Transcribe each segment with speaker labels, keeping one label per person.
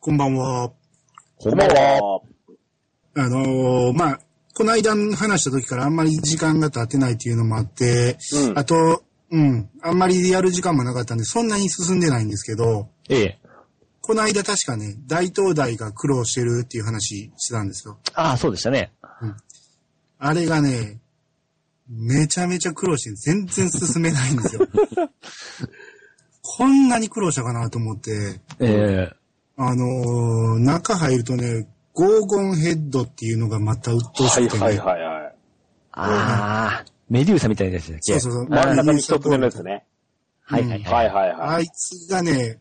Speaker 1: こんばんは。
Speaker 2: こんばんは。
Speaker 1: あのーまあ、この間話した時からあんまり時間が経ってないっていうのもあって、
Speaker 2: うん
Speaker 1: あと、うん、あんまりやる時間もなかったんで、そんなに進んでないんですけど、
Speaker 3: ええ。
Speaker 1: この間確かね、大東大が苦労してるっていう話してたんですよ。
Speaker 3: ああ、そうでしたね。
Speaker 1: あれがね、めちゃめちゃ苦労して全然進めないんで すよ。こんなに苦労したかなと思って、
Speaker 3: ええ。
Speaker 1: あのー中入るとね、ゴーゴンヘッドっていうのがまた鬱陶
Speaker 2: は
Speaker 1: し
Speaker 2: い
Speaker 1: くてね。
Speaker 2: はいはいはい。
Speaker 3: ああ、メデューサみたいなやつだっけ
Speaker 1: そうそうそう。
Speaker 2: 真ん中に一つ目のやつね。
Speaker 3: はいはい
Speaker 2: は
Speaker 3: はいい。
Speaker 2: はい
Speaker 1: あ
Speaker 2: はい。
Speaker 1: いつがね、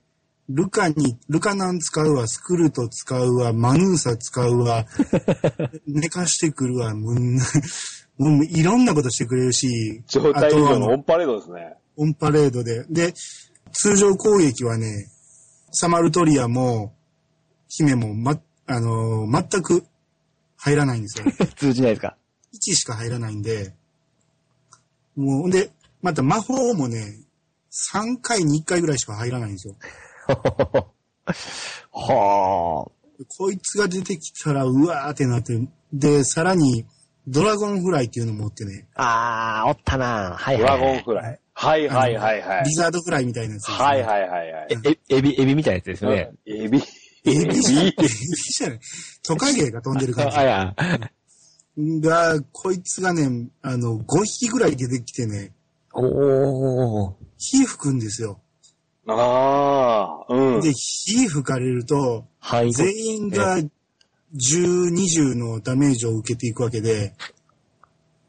Speaker 1: ルカに、ルカナン使うわ、スクルト使うわ、マヌーサ使う わ、寝かしてくるわ、もう、 もういろんなことしてくれるし、
Speaker 2: 状態以
Speaker 1: あと
Speaker 2: 上
Speaker 1: あ
Speaker 2: の
Speaker 1: の
Speaker 2: オンパレードですね。
Speaker 1: オンパレードで。で、通常攻撃はね、サマルトリアも、姫も、ま、あのー全く入らないんですよ。
Speaker 3: 通じないですか
Speaker 1: 1しか入らないんで、もう、で、また魔法もね、3回に1回ぐらいしか入らないんですよ。
Speaker 3: は
Speaker 1: こいつが出てきたら、うわーってなって、で、さらに、ドラゴンフライっていうのもおってね、
Speaker 3: あ。ああ、おったな。はい
Speaker 2: ド
Speaker 3: は
Speaker 2: ラ
Speaker 3: いは
Speaker 2: ゴン
Speaker 3: い。
Speaker 2: フライ。はいはいはいはい
Speaker 1: リ。ザードフライみたいなやつですね、
Speaker 2: はいはいはいはい。
Speaker 3: え、えエビ、エビみたいなやつですね。
Speaker 2: エビ。
Speaker 1: エビじゃ、エビじゃない。トカゲが飛んでる感
Speaker 3: あ、いや。
Speaker 1: じ。が、こいつがね、あの、5匹ぐらい出てきてね、
Speaker 3: おー。
Speaker 1: 火吹くんですよ。
Speaker 2: ああ、うん。
Speaker 1: で、火吹かれると、
Speaker 3: はい。
Speaker 1: 全員が10、20のダメージを受けていくわけで、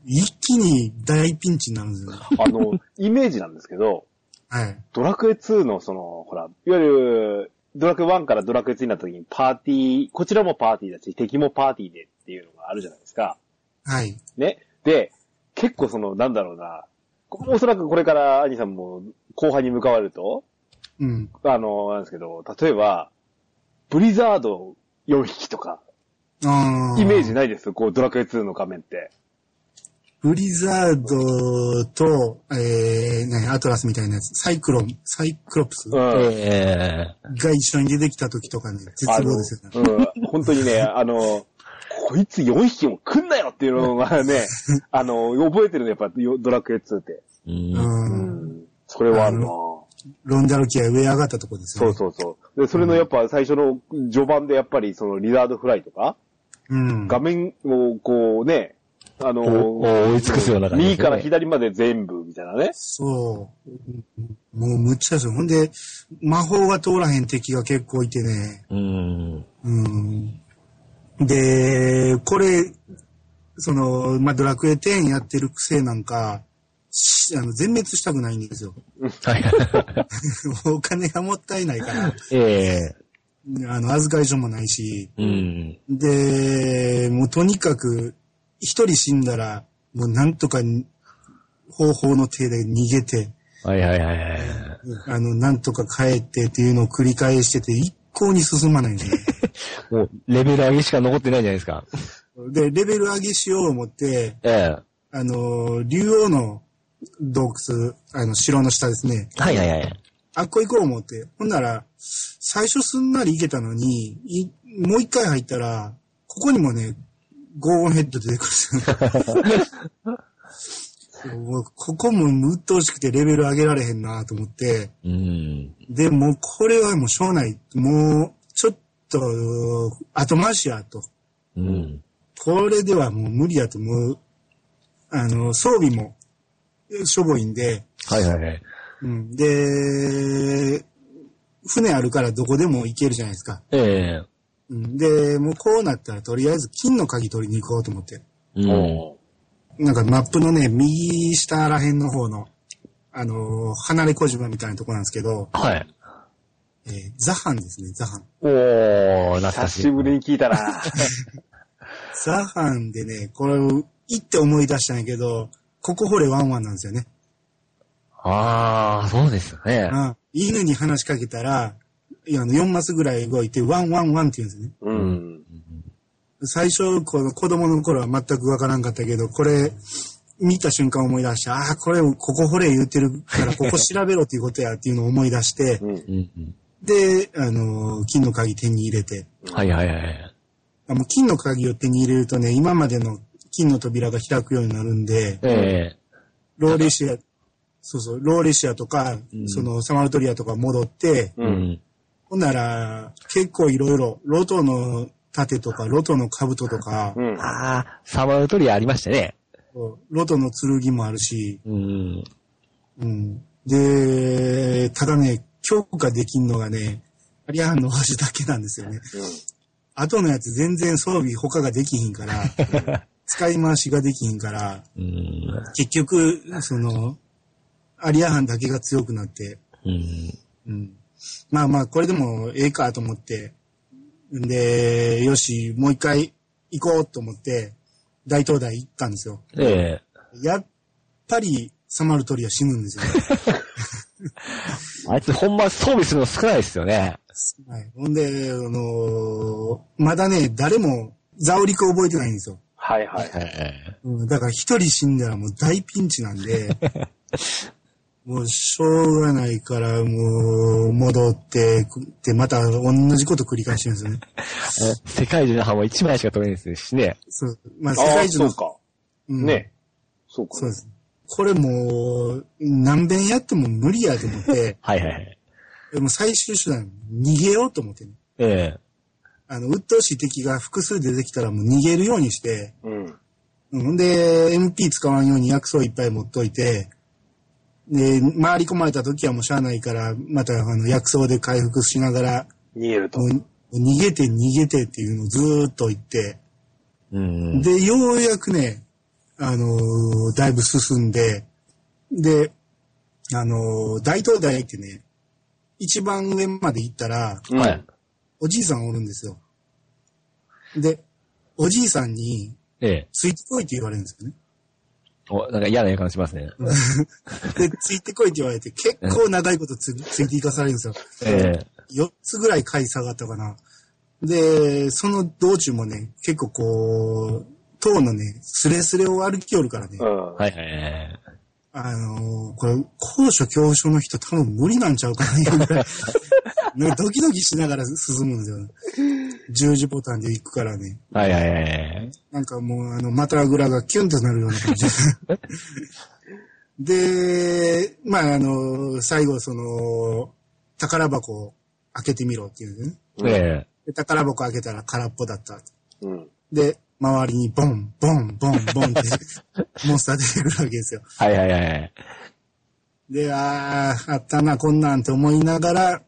Speaker 1: 一気に大ピンチになるんですよ。
Speaker 2: あの、イメージなんですけど、
Speaker 1: はい。
Speaker 2: ドラクエ2のその、ほら、いわゆる、ドラクエ1からドラクエ2になった時にパーティー、こちらもパーティーだし、敵もパーティーでっていうのがあるじゃないですか。
Speaker 1: はい。
Speaker 2: ね。で、結構その、なんだろうな、こおそらくこれから兄さんも後半に向かわれると、
Speaker 1: うん。
Speaker 2: あの、なんですけど、例えば、ブリザード4匹とか、
Speaker 1: あ
Speaker 2: イメージないですこう、ドラクエ2の画面って。
Speaker 1: ブリザードと、えー、何、アトラスみたいなやつ、サイクロン、サイクロプス
Speaker 2: う
Speaker 1: が
Speaker 2: ん。
Speaker 3: ええ。
Speaker 1: 一緒に出てきた時とかね、絶
Speaker 2: あの
Speaker 1: 望ですよね。
Speaker 2: うん、本当にね、あの、こいつ4匹も来んなよっていうのが ね、あの、覚えてるのやっぱよドラクエ2って。
Speaker 3: うん。
Speaker 2: う
Speaker 1: うん。
Speaker 2: ん。それはあるな
Speaker 1: あロンダルキア上上がったとこです
Speaker 2: そ
Speaker 1: よ
Speaker 2: う
Speaker 1: ね。
Speaker 2: そうそう。で、それのやっぱ最初の序盤でやっぱりそのリザードフライとか、
Speaker 1: う。うん。
Speaker 2: 画面をこうね、あの、
Speaker 3: お追い尽くすような感じです
Speaker 2: 右
Speaker 3: よね
Speaker 2: から左まで全部みたいなね。
Speaker 1: そう。もうむっちゃですよ。ほんで、魔法が通らへん敵が結構いてね。
Speaker 3: うん。
Speaker 1: うん。で、これ、その、まあ、ドラクエ10やってる癖なんか、しあの全滅したくないんですよ。
Speaker 3: はいはい。
Speaker 1: お金がもったいないから。
Speaker 3: ええ。
Speaker 1: あの、預かり所もないし、
Speaker 3: うん。
Speaker 1: で、もうとにかく、一人死んだら、もうなんとかに方法の手で逃げて、
Speaker 3: はいはいはいはい。
Speaker 1: あの、なんとか帰ってっていうのを繰り返してて、一向に進まないんですね。
Speaker 3: もう、レベル上げしか残ってないじゃないですか。
Speaker 1: で、レベル上げしよう思って、
Speaker 3: ええ。
Speaker 1: あの、竜王の洞窟、あの、城の下ですね。
Speaker 3: はいはいはい。
Speaker 1: あっこ行こう思って。ほんなら、最初すんなり行けたのに、いもう一回入ったら、ここにもね、ゴーゴンヘッド出てくる。もう ここも鬱陶しくてレベル上げられへんなと思って。
Speaker 3: うん。
Speaker 1: で、もうこれはもうしょうない。もう、ちょっと、後回しやと。
Speaker 3: うん。
Speaker 1: これではもう無理やと思う。あの、装備も、しょぼいんで、
Speaker 3: はいはいはい。
Speaker 1: うん、で、船あるからどこでも行けるじゃないですか。
Speaker 3: ええ。
Speaker 1: うん、で、もうこうなったらとりあえず金の鍵取りに行こうと思って。
Speaker 3: うん。
Speaker 1: なんかマップのね、右下ら辺の方の、あのー離れ小島みたいなとこなんですけど、
Speaker 3: はい。
Speaker 1: えーザハンですね、ザハン。
Speaker 3: おー、懐
Speaker 2: 久
Speaker 3: かしい。
Speaker 2: しぶりに聞いたな。
Speaker 1: ザハンでね、これを、行って思い出したんやけど、ここ掘れワンワンなんですよね。
Speaker 3: あー、そうですよね。
Speaker 1: うん犬に話しかけたら、いやあの4マスぐらい動いて、ワンワンワンって言うんですね。
Speaker 2: うん。
Speaker 1: 最初、この子供の頃は全くわからんかったけど、これ、見た瞬間思い出して、 ああ、これ、ここ掘れ言ってるから、ここ調べろっていうことやっていうのを思い出して
Speaker 2: う、ん。
Speaker 3: うんうん
Speaker 1: で、あの、金の鍵手に入れて、
Speaker 3: はいはいはい。
Speaker 1: あの金の鍵を手に入れるとね、今までの金の扉が開くようになるんで、
Speaker 3: え
Speaker 1: ローレシア、そうそう、ローレシアとか、
Speaker 3: うん
Speaker 1: そのサマルトリアとか戻って、
Speaker 3: えう
Speaker 2: う。
Speaker 3: んん。
Speaker 1: ほんなら、結構いろいろ、ロトの盾とか、ロトの兜とか、
Speaker 2: うん。
Speaker 3: ああ、サマルトリアありましたね。
Speaker 1: ロトの剣もあるし、
Speaker 3: うん。
Speaker 1: うん。で、ただね、強化できんのがね、アリアンの星だけなんですよね。後のやつ全然装備他ができひんから、使い回しができひんから、
Speaker 3: うん。
Speaker 1: 結局、その、アリアハンだけが強くなって、
Speaker 3: うん。
Speaker 1: うん。まあまあ、これでもええかと思って、んで、よし、もう一回行こうと思って、大東大行ったんですよ。
Speaker 3: ええ
Speaker 1: やっぱり、サマルトリア死ぬんですよ、
Speaker 3: あいつほんま装備するの少ないですよね。
Speaker 1: はい。ほんで、あのーまだね、誰も、ザオリク覚えてないんですよ。
Speaker 2: はいはい。
Speaker 3: え
Speaker 1: うん、だから一人死んだらもう大ピンチなん で、もうしょうがないからもう戻って、でまた同じこと繰り返してるんですよね。
Speaker 3: え世界中の版は1枚しか取れないですしね。
Speaker 1: そう。まあ世
Speaker 2: ああ、
Speaker 1: 界中
Speaker 2: そ
Speaker 1: の。
Speaker 2: うか。
Speaker 1: うん
Speaker 2: ね。そうか。
Speaker 1: そうです。これもう、何遍やっても無理やと思って、
Speaker 3: はいはいはい。
Speaker 1: でも最終手段、逃げようと思ってね。
Speaker 3: ええ
Speaker 1: あの、鬱陶しい敵が複数出てきたらもう逃げるようにして、
Speaker 2: うん。
Speaker 1: うん、で、MP 使わんように薬草いっぱい持っといて、で、回り込まれた時はもうしゃあないから、またあの薬草で回復しながら、
Speaker 2: 逃げると
Speaker 1: も。う逃げて逃げてっていうのをずーっと言って、
Speaker 3: うん。
Speaker 1: で、ようやくね、あのーだいぶ進んで、で、あのー大東大ってね、一番上まで行ったら、
Speaker 2: うん
Speaker 3: はい。
Speaker 1: おじいさんおるんですよ。で、おじいさんに、
Speaker 3: ええ
Speaker 1: ついてこいって言われるんですよね。
Speaker 3: お、なんか嫌な予感しますね。
Speaker 1: で、ついてこいって言われて、結構長いことつついていかされるんですよ。
Speaker 3: ええ
Speaker 1: 4つぐらい回下がったかな。で、その道中もね、結構こう、塔のね、スレスレを歩きよるからね、
Speaker 2: うん。
Speaker 3: はいはいはい。
Speaker 1: あのーこれ、高所恐怖症の人多分無理なんちゃうかな、いうぐらい。なんかドキドキしながら進むんですよ。十字ボタンで行くからね。
Speaker 3: はいはいはい。
Speaker 1: なんかもう、あの、またぐらがキュンとなるような感じ。で、まあ、あの、最後、その、宝箱を開けてみろっていうね。
Speaker 3: ええ
Speaker 1: で宝箱開けたら空っぽだった。
Speaker 2: うん。
Speaker 1: で、周りにボン、ボン、ボン、ボンって、モンスター出てくるわけですよ。
Speaker 3: はいはいはい。
Speaker 1: で、あー、あったな、こんなんって思いながら、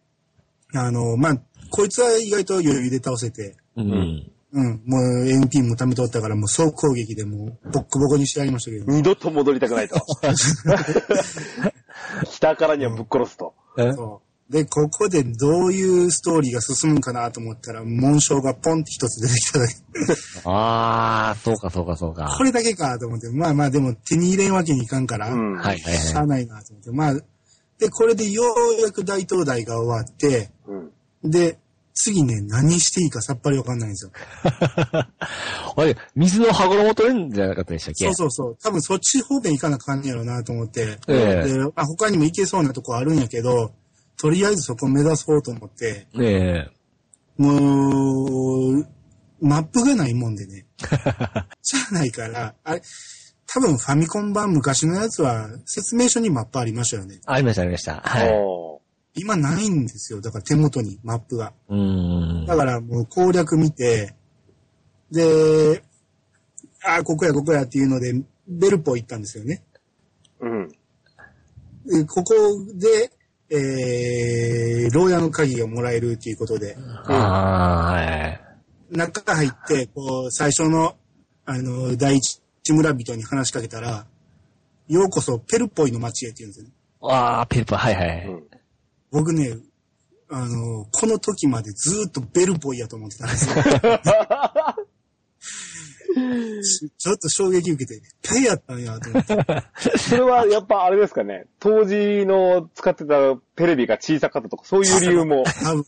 Speaker 1: あの、まあ、こいつは意外と余裕で倒せて、
Speaker 3: うん。
Speaker 1: うん、もう MP も貯めとったから、もう総攻撃でもう、ボッコボコにしてやりましたけど、
Speaker 2: 二度と戻りたくないと。 北からにはぶっ殺すと。
Speaker 3: え
Speaker 1: そう。で、ここでどういうストーリーが進むかなと思ったら、紋章がポンって一つ出てきた だけ。
Speaker 3: ああ、そうかそうかそうか。
Speaker 1: これだけかと思って、まあまあでも手に入れんわけにいかんから、
Speaker 2: うん。
Speaker 3: はいはい
Speaker 1: しゃ
Speaker 3: は
Speaker 1: あ
Speaker 3: い。
Speaker 1: ないなと思って、まあ、で、これでようやく大東大が終わって、
Speaker 2: うん。
Speaker 1: で、次ね、何していいかさっぱりわかんないんですよ。
Speaker 3: あれ、水の羽衣取れるんじゃなかったでしたっけ
Speaker 1: そうそうそう。多分そっち方面行かなあかんねやろうなと思って、
Speaker 3: ええ
Speaker 1: であ、他にも行けそうなとこあるんやけど、とりあえずそこ目指そうと思って、
Speaker 3: え
Speaker 1: もう、マップがないもんで ね。じゃないから、あれ、多分ファミコン版昔のやつは説明書にマップありましたよね。
Speaker 3: ありましたありました。はい。
Speaker 2: お
Speaker 1: 今ないんですよ。だから手元にマップが。
Speaker 3: うん。
Speaker 1: だからもう攻略見て、で、ああ、ここやここやっていうので、ベルポ行ったんですよね。
Speaker 2: ーうん。
Speaker 1: でここで、えー、牢屋の鍵がもらえるっていうことで、
Speaker 3: ああ、はい。
Speaker 1: 中入って、こう、最初の、あの、第一村人に話しかけたら、ようこそペルポイの町へって言うんですよね。
Speaker 3: ああ、ペルパ、はいは
Speaker 2: う
Speaker 3: い。
Speaker 2: ん。
Speaker 1: 僕ね、あの、この時までずーっとベルポイやと思ってたんですよ。ちょっと衝撃受けて、ペイやったんやと思って。
Speaker 2: それはやっぱあれですかね。当時の使ってたテレビが小さかったとか、そういう理由も
Speaker 1: 多分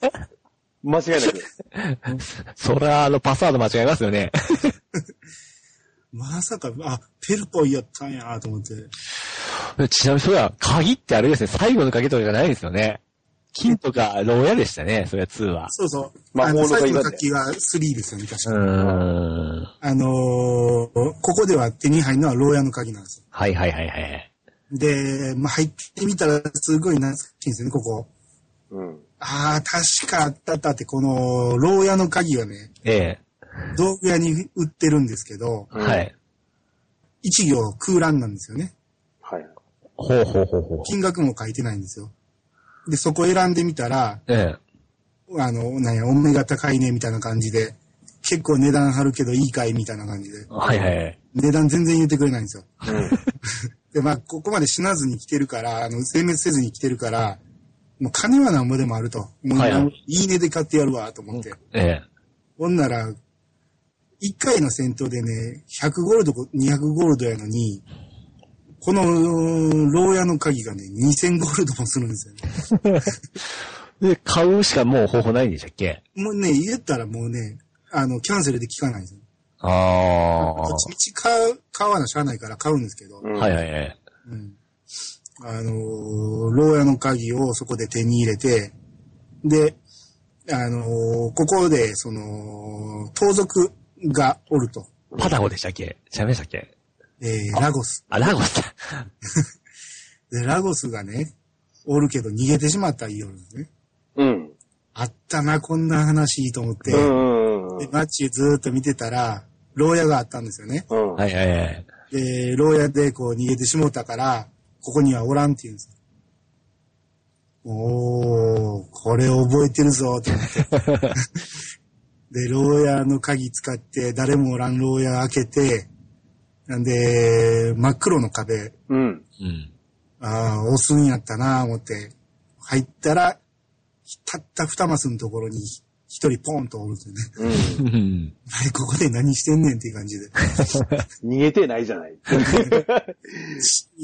Speaker 2: 間違いなく。
Speaker 3: そりゃ、あの、パスワード間違えますよね。
Speaker 1: まさか、あ、ペルポイやったんやと思って。
Speaker 3: ちなみに、それは、鍵ってあれですね、最後の鍵とかじゃないですよね。金とか牢屋でしたね、そりゃ2は。
Speaker 1: そうそう。
Speaker 2: 魔
Speaker 1: あ
Speaker 2: 法の
Speaker 1: の、最
Speaker 2: 鍵
Speaker 1: 後
Speaker 2: だ
Speaker 1: の
Speaker 2: っ
Speaker 1: 楽
Speaker 2: て
Speaker 1: 器は3ですよね、確
Speaker 3: う
Speaker 1: か。
Speaker 3: ーん。
Speaker 1: あのーここでは手に入るのは牢屋の鍵なんですよ。
Speaker 3: はいはいはいはい。
Speaker 1: で、まあ、入ってみたらすごい懐かしいんですよね、ここ。
Speaker 2: うん。
Speaker 1: ああ、確かあったあったって、この、牢屋の鍵はね、
Speaker 3: ええ。
Speaker 1: 道具屋に売ってるんですけど、
Speaker 2: うん
Speaker 3: はい。
Speaker 1: 一行空欄なんですよね。
Speaker 2: はい。
Speaker 3: ほうほうほうほう。
Speaker 1: 金額も書いてないんですよ。で、そこ選んでみたら、
Speaker 3: ええ。
Speaker 1: あの、なんや、お目が高いね、みたいな感じで、結構値段張るけどいいかい、みたいな感じで、
Speaker 3: はいはい。
Speaker 1: 値段全然言ってくれないんですよ。
Speaker 2: うん。
Speaker 1: で、まあ、ここまで死なずに来てるから、あの、全滅せずに来てるから、もう金はなんぼでもあると。もう、
Speaker 3: はいはい
Speaker 1: い、いねで買ってやるわ、と思って。
Speaker 3: ええ。
Speaker 1: ほんなら、一回の戦闘でね、100ゴールド、200ゴールドやのに、この、牢屋の鍵がね、2000ゴールドもするんですよね。
Speaker 3: で、買うしかもう方法ないんでしたっけ
Speaker 1: もうね、言ったらもうね、あの、キャンセルで効かないんですよ。
Speaker 3: ああ。
Speaker 1: どっちみち買う、買わなしゃあないから買うんですけど、
Speaker 2: うん
Speaker 3: はいはいはい。
Speaker 1: うん。あのー牢屋の鍵をそこで手に入れて、で、あのーここで、その、盗賊がおると、
Speaker 3: パタゴでしたっけ喋りましたっけ
Speaker 1: えーラゴス。
Speaker 3: あ、ラゴスだ。
Speaker 1: で、ラゴスがね、おるけど逃げてしまったようですね。
Speaker 2: うん。
Speaker 1: あったな、こんな話と思って、
Speaker 2: うんうんうん
Speaker 1: で、マッチずーっと見てたら、牢屋があったんですよね。
Speaker 2: うん。
Speaker 3: はいはいはい。
Speaker 1: で、牢屋でこう逃げてしもうたから、ここにはおらんって言うんですよ。おー、これ覚えてるぞ、と思って。で、牢屋の鍵使って、誰もおらん牢屋開けて、なんで、真っ黒の壁、
Speaker 2: うん。
Speaker 3: うん。
Speaker 1: ああ、押すんやったなぁ、思って。入ったら、たった二マスのところに一人ポンとおるんですよね。
Speaker 2: うん。
Speaker 3: うん。
Speaker 1: お前ここで何してんねんっていう感じで。
Speaker 2: 逃げてないじゃ ない。
Speaker 1: チー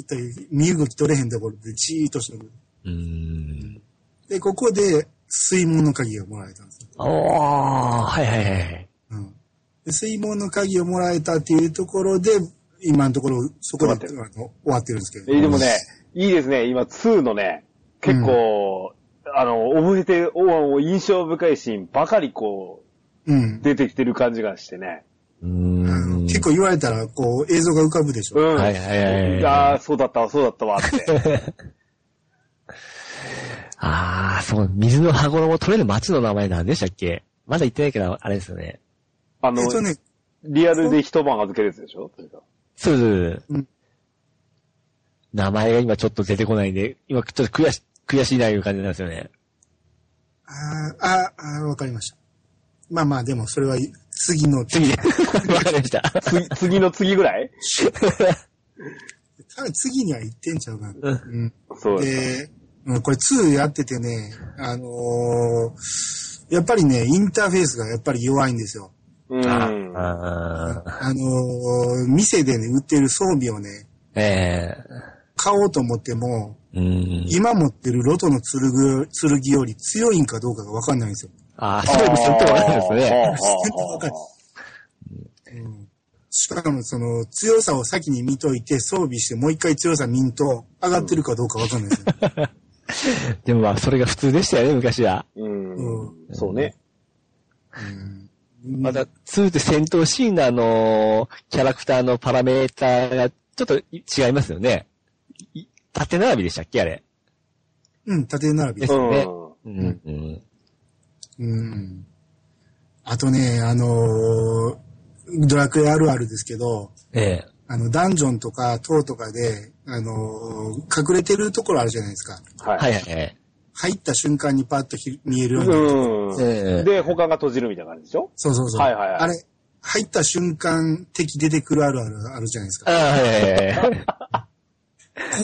Speaker 1: ッという、身動き取れへんところでチーッとしてる。
Speaker 3: うん。
Speaker 1: で、ここで水門の鍵がもらえたんですよ。
Speaker 3: おー、はいはいはい。
Speaker 1: うん。で水門の鍵をもらえたっていうところで、今のところ、そこであの
Speaker 2: 終
Speaker 1: 終わってるんですけど。
Speaker 2: え、でもね、いいですね。今、2のね、結構、あの、覚えて、おお印象深いシーンばかりこ
Speaker 1: うん
Speaker 2: う、。出てきてる感じがしてね。
Speaker 3: う
Speaker 1: あの
Speaker 3: ん。
Speaker 1: 結構言われたら、こう、映像が浮かぶでしょ。
Speaker 2: うん。
Speaker 3: はいはいはいはい
Speaker 2: ああ、そうだったわ、そうだったわ って。
Speaker 3: ああ、そう、水の箱のも取れる町の名前なんでしたっけまだ言ってないけど、あれですよね。
Speaker 2: あ
Speaker 1: え
Speaker 2: の
Speaker 1: っ、とね、
Speaker 2: リアルで一晩預けるやつでしょそれが
Speaker 3: そうです
Speaker 1: うん
Speaker 3: 名前が今ちょっと出てこないんで、今ちょっと悔し、悔しいないう感じなんですよ ね。
Speaker 1: あーあー、あーわかりました。まあまあ、でもそれは次の
Speaker 3: 次で。わかりました。
Speaker 2: 次、次の次ぐらい
Speaker 1: 多分次には行ってんちゃうかな。うん。
Speaker 2: そうです。
Speaker 1: で、うん、これ2やっててね、あのーやっぱりね、インターフェースがやっぱり弱いんですよ。
Speaker 2: うん。は
Speaker 3: ああ、
Speaker 1: あのー店でね、売ってる装備をね、
Speaker 3: え
Speaker 1: 買おうと思っても、
Speaker 3: えうん。
Speaker 1: 今持ってるロトの剣よ剣より強いんかどうかがわかんないんですよ。
Speaker 3: ああ、そうですよってわかるんで
Speaker 1: 全
Speaker 3: す ね。
Speaker 1: 然わかんないうん。しかもその強さを先に見といて装備してもう一回強さ見んと上がってるかどうかわかんないですよ。
Speaker 3: でもまあ、それが普通でしたよね、昔は。
Speaker 2: うん。そうね。
Speaker 1: うん
Speaker 3: まだ、2って戦闘シーンのあのーキャラクターのパラメーターがちょっと違いますよね。い縦並びでしたっけあれ。
Speaker 1: うん、縦並び
Speaker 3: で。すね。
Speaker 2: う
Speaker 3: うん。うん。
Speaker 1: うん。あとね、あのードラクエあるあるですけど、
Speaker 3: ええ。
Speaker 1: あの、ダンジョンとか塔とかで、あのー隠れてるところあるじゃないですか。
Speaker 2: は
Speaker 3: はい
Speaker 2: い。
Speaker 3: はいはい。
Speaker 1: 入った瞬間にパッとひ見えるようになる
Speaker 3: え
Speaker 2: う
Speaker 3: え
Speaker 2: ん。で、他が閉じるみたいな感じでしょ
Speaker 1: そうそうそう。
Speaker 2: はいはいはい
Speaker 1: あれ、入った瞬間敵出てくるあるあるあるじゃないです
Speaker 3: あ
Speaker 1: か。
Speaker 3: あ、はいはいはい。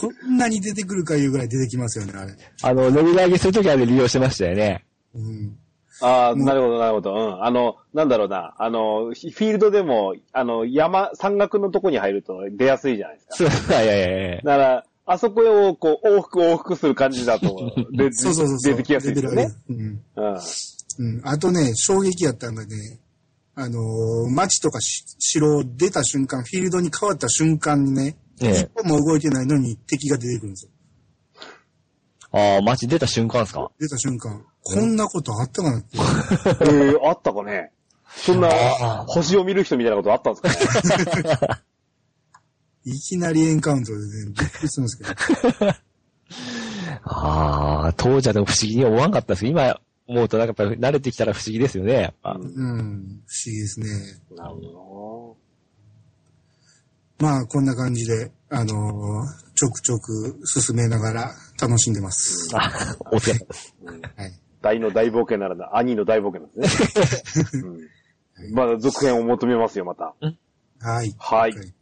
Speaker 1: こんなに出てくるかいうぐらい出てきますよね、あれ。
Speaker 3: あの、レベル上げするときはあれ利用してましたよね。
Speaker 1: うん。
Speaker 2: ああ、なるほど、なるほど。うん。あの、なんだろうな。あの、フィールドでも、あの、山、山岳のとこに入ると出やすいじゃないですか。
Speaker 3: そう、はいはいはい。
Speaker 2: だから、あそこを、こう、往復往復する感じだと、で
Speaker 1: そうそうそうそう。
Speaker 2: 出てきやすいですよ
Speaker 1: レベ
Speaker 2: ね
Speaker 1: ル。上げるうん。
Speaker 2: うん。
Speaker 1: うん。あとね、衝撃やったんがね、あのー町とかし城を出た瞬間、フィールドに変わった瞬間にね、
Speaker 3: ええ
Speaker 1: 一歩も動いてないのに敵が出てくるんですよ。
Speaker 3: あああ、マジ出た瞬間ですか
Speaker 1: 出た瞬間、こんなことあったかなって。
Speaker 2: えー、あったかねそんな
Speaker 3: あ、
Speaker 2: 星を見る人みたいなことあったんですかね
Speaker 1: いきなりエンカウントでね、びっくりするんですけど。
Speaker 3: ああ、当時はでも不思議に思わんかったですけど今思うとなんかやっぱり慣れてきたら不思議ですよね。やっぱ
Speaker 1: うん、不思議ですね。
Speaker 2: なるほ
Speaker 1: まあ、こんな感じで、あのーちょくちょく進めながら楽しんでます。
Speaker 3: あ、 お手。
Speaker 2: どなうん
Speaker 1: はい。
Speaker 2: 大の大冒険ならぬ、兄の大冒険なんですね。うんまだ続編を求めますよ、また。
Speaker 1: はい。
Speaker 2: はい
Speaker 1: 了解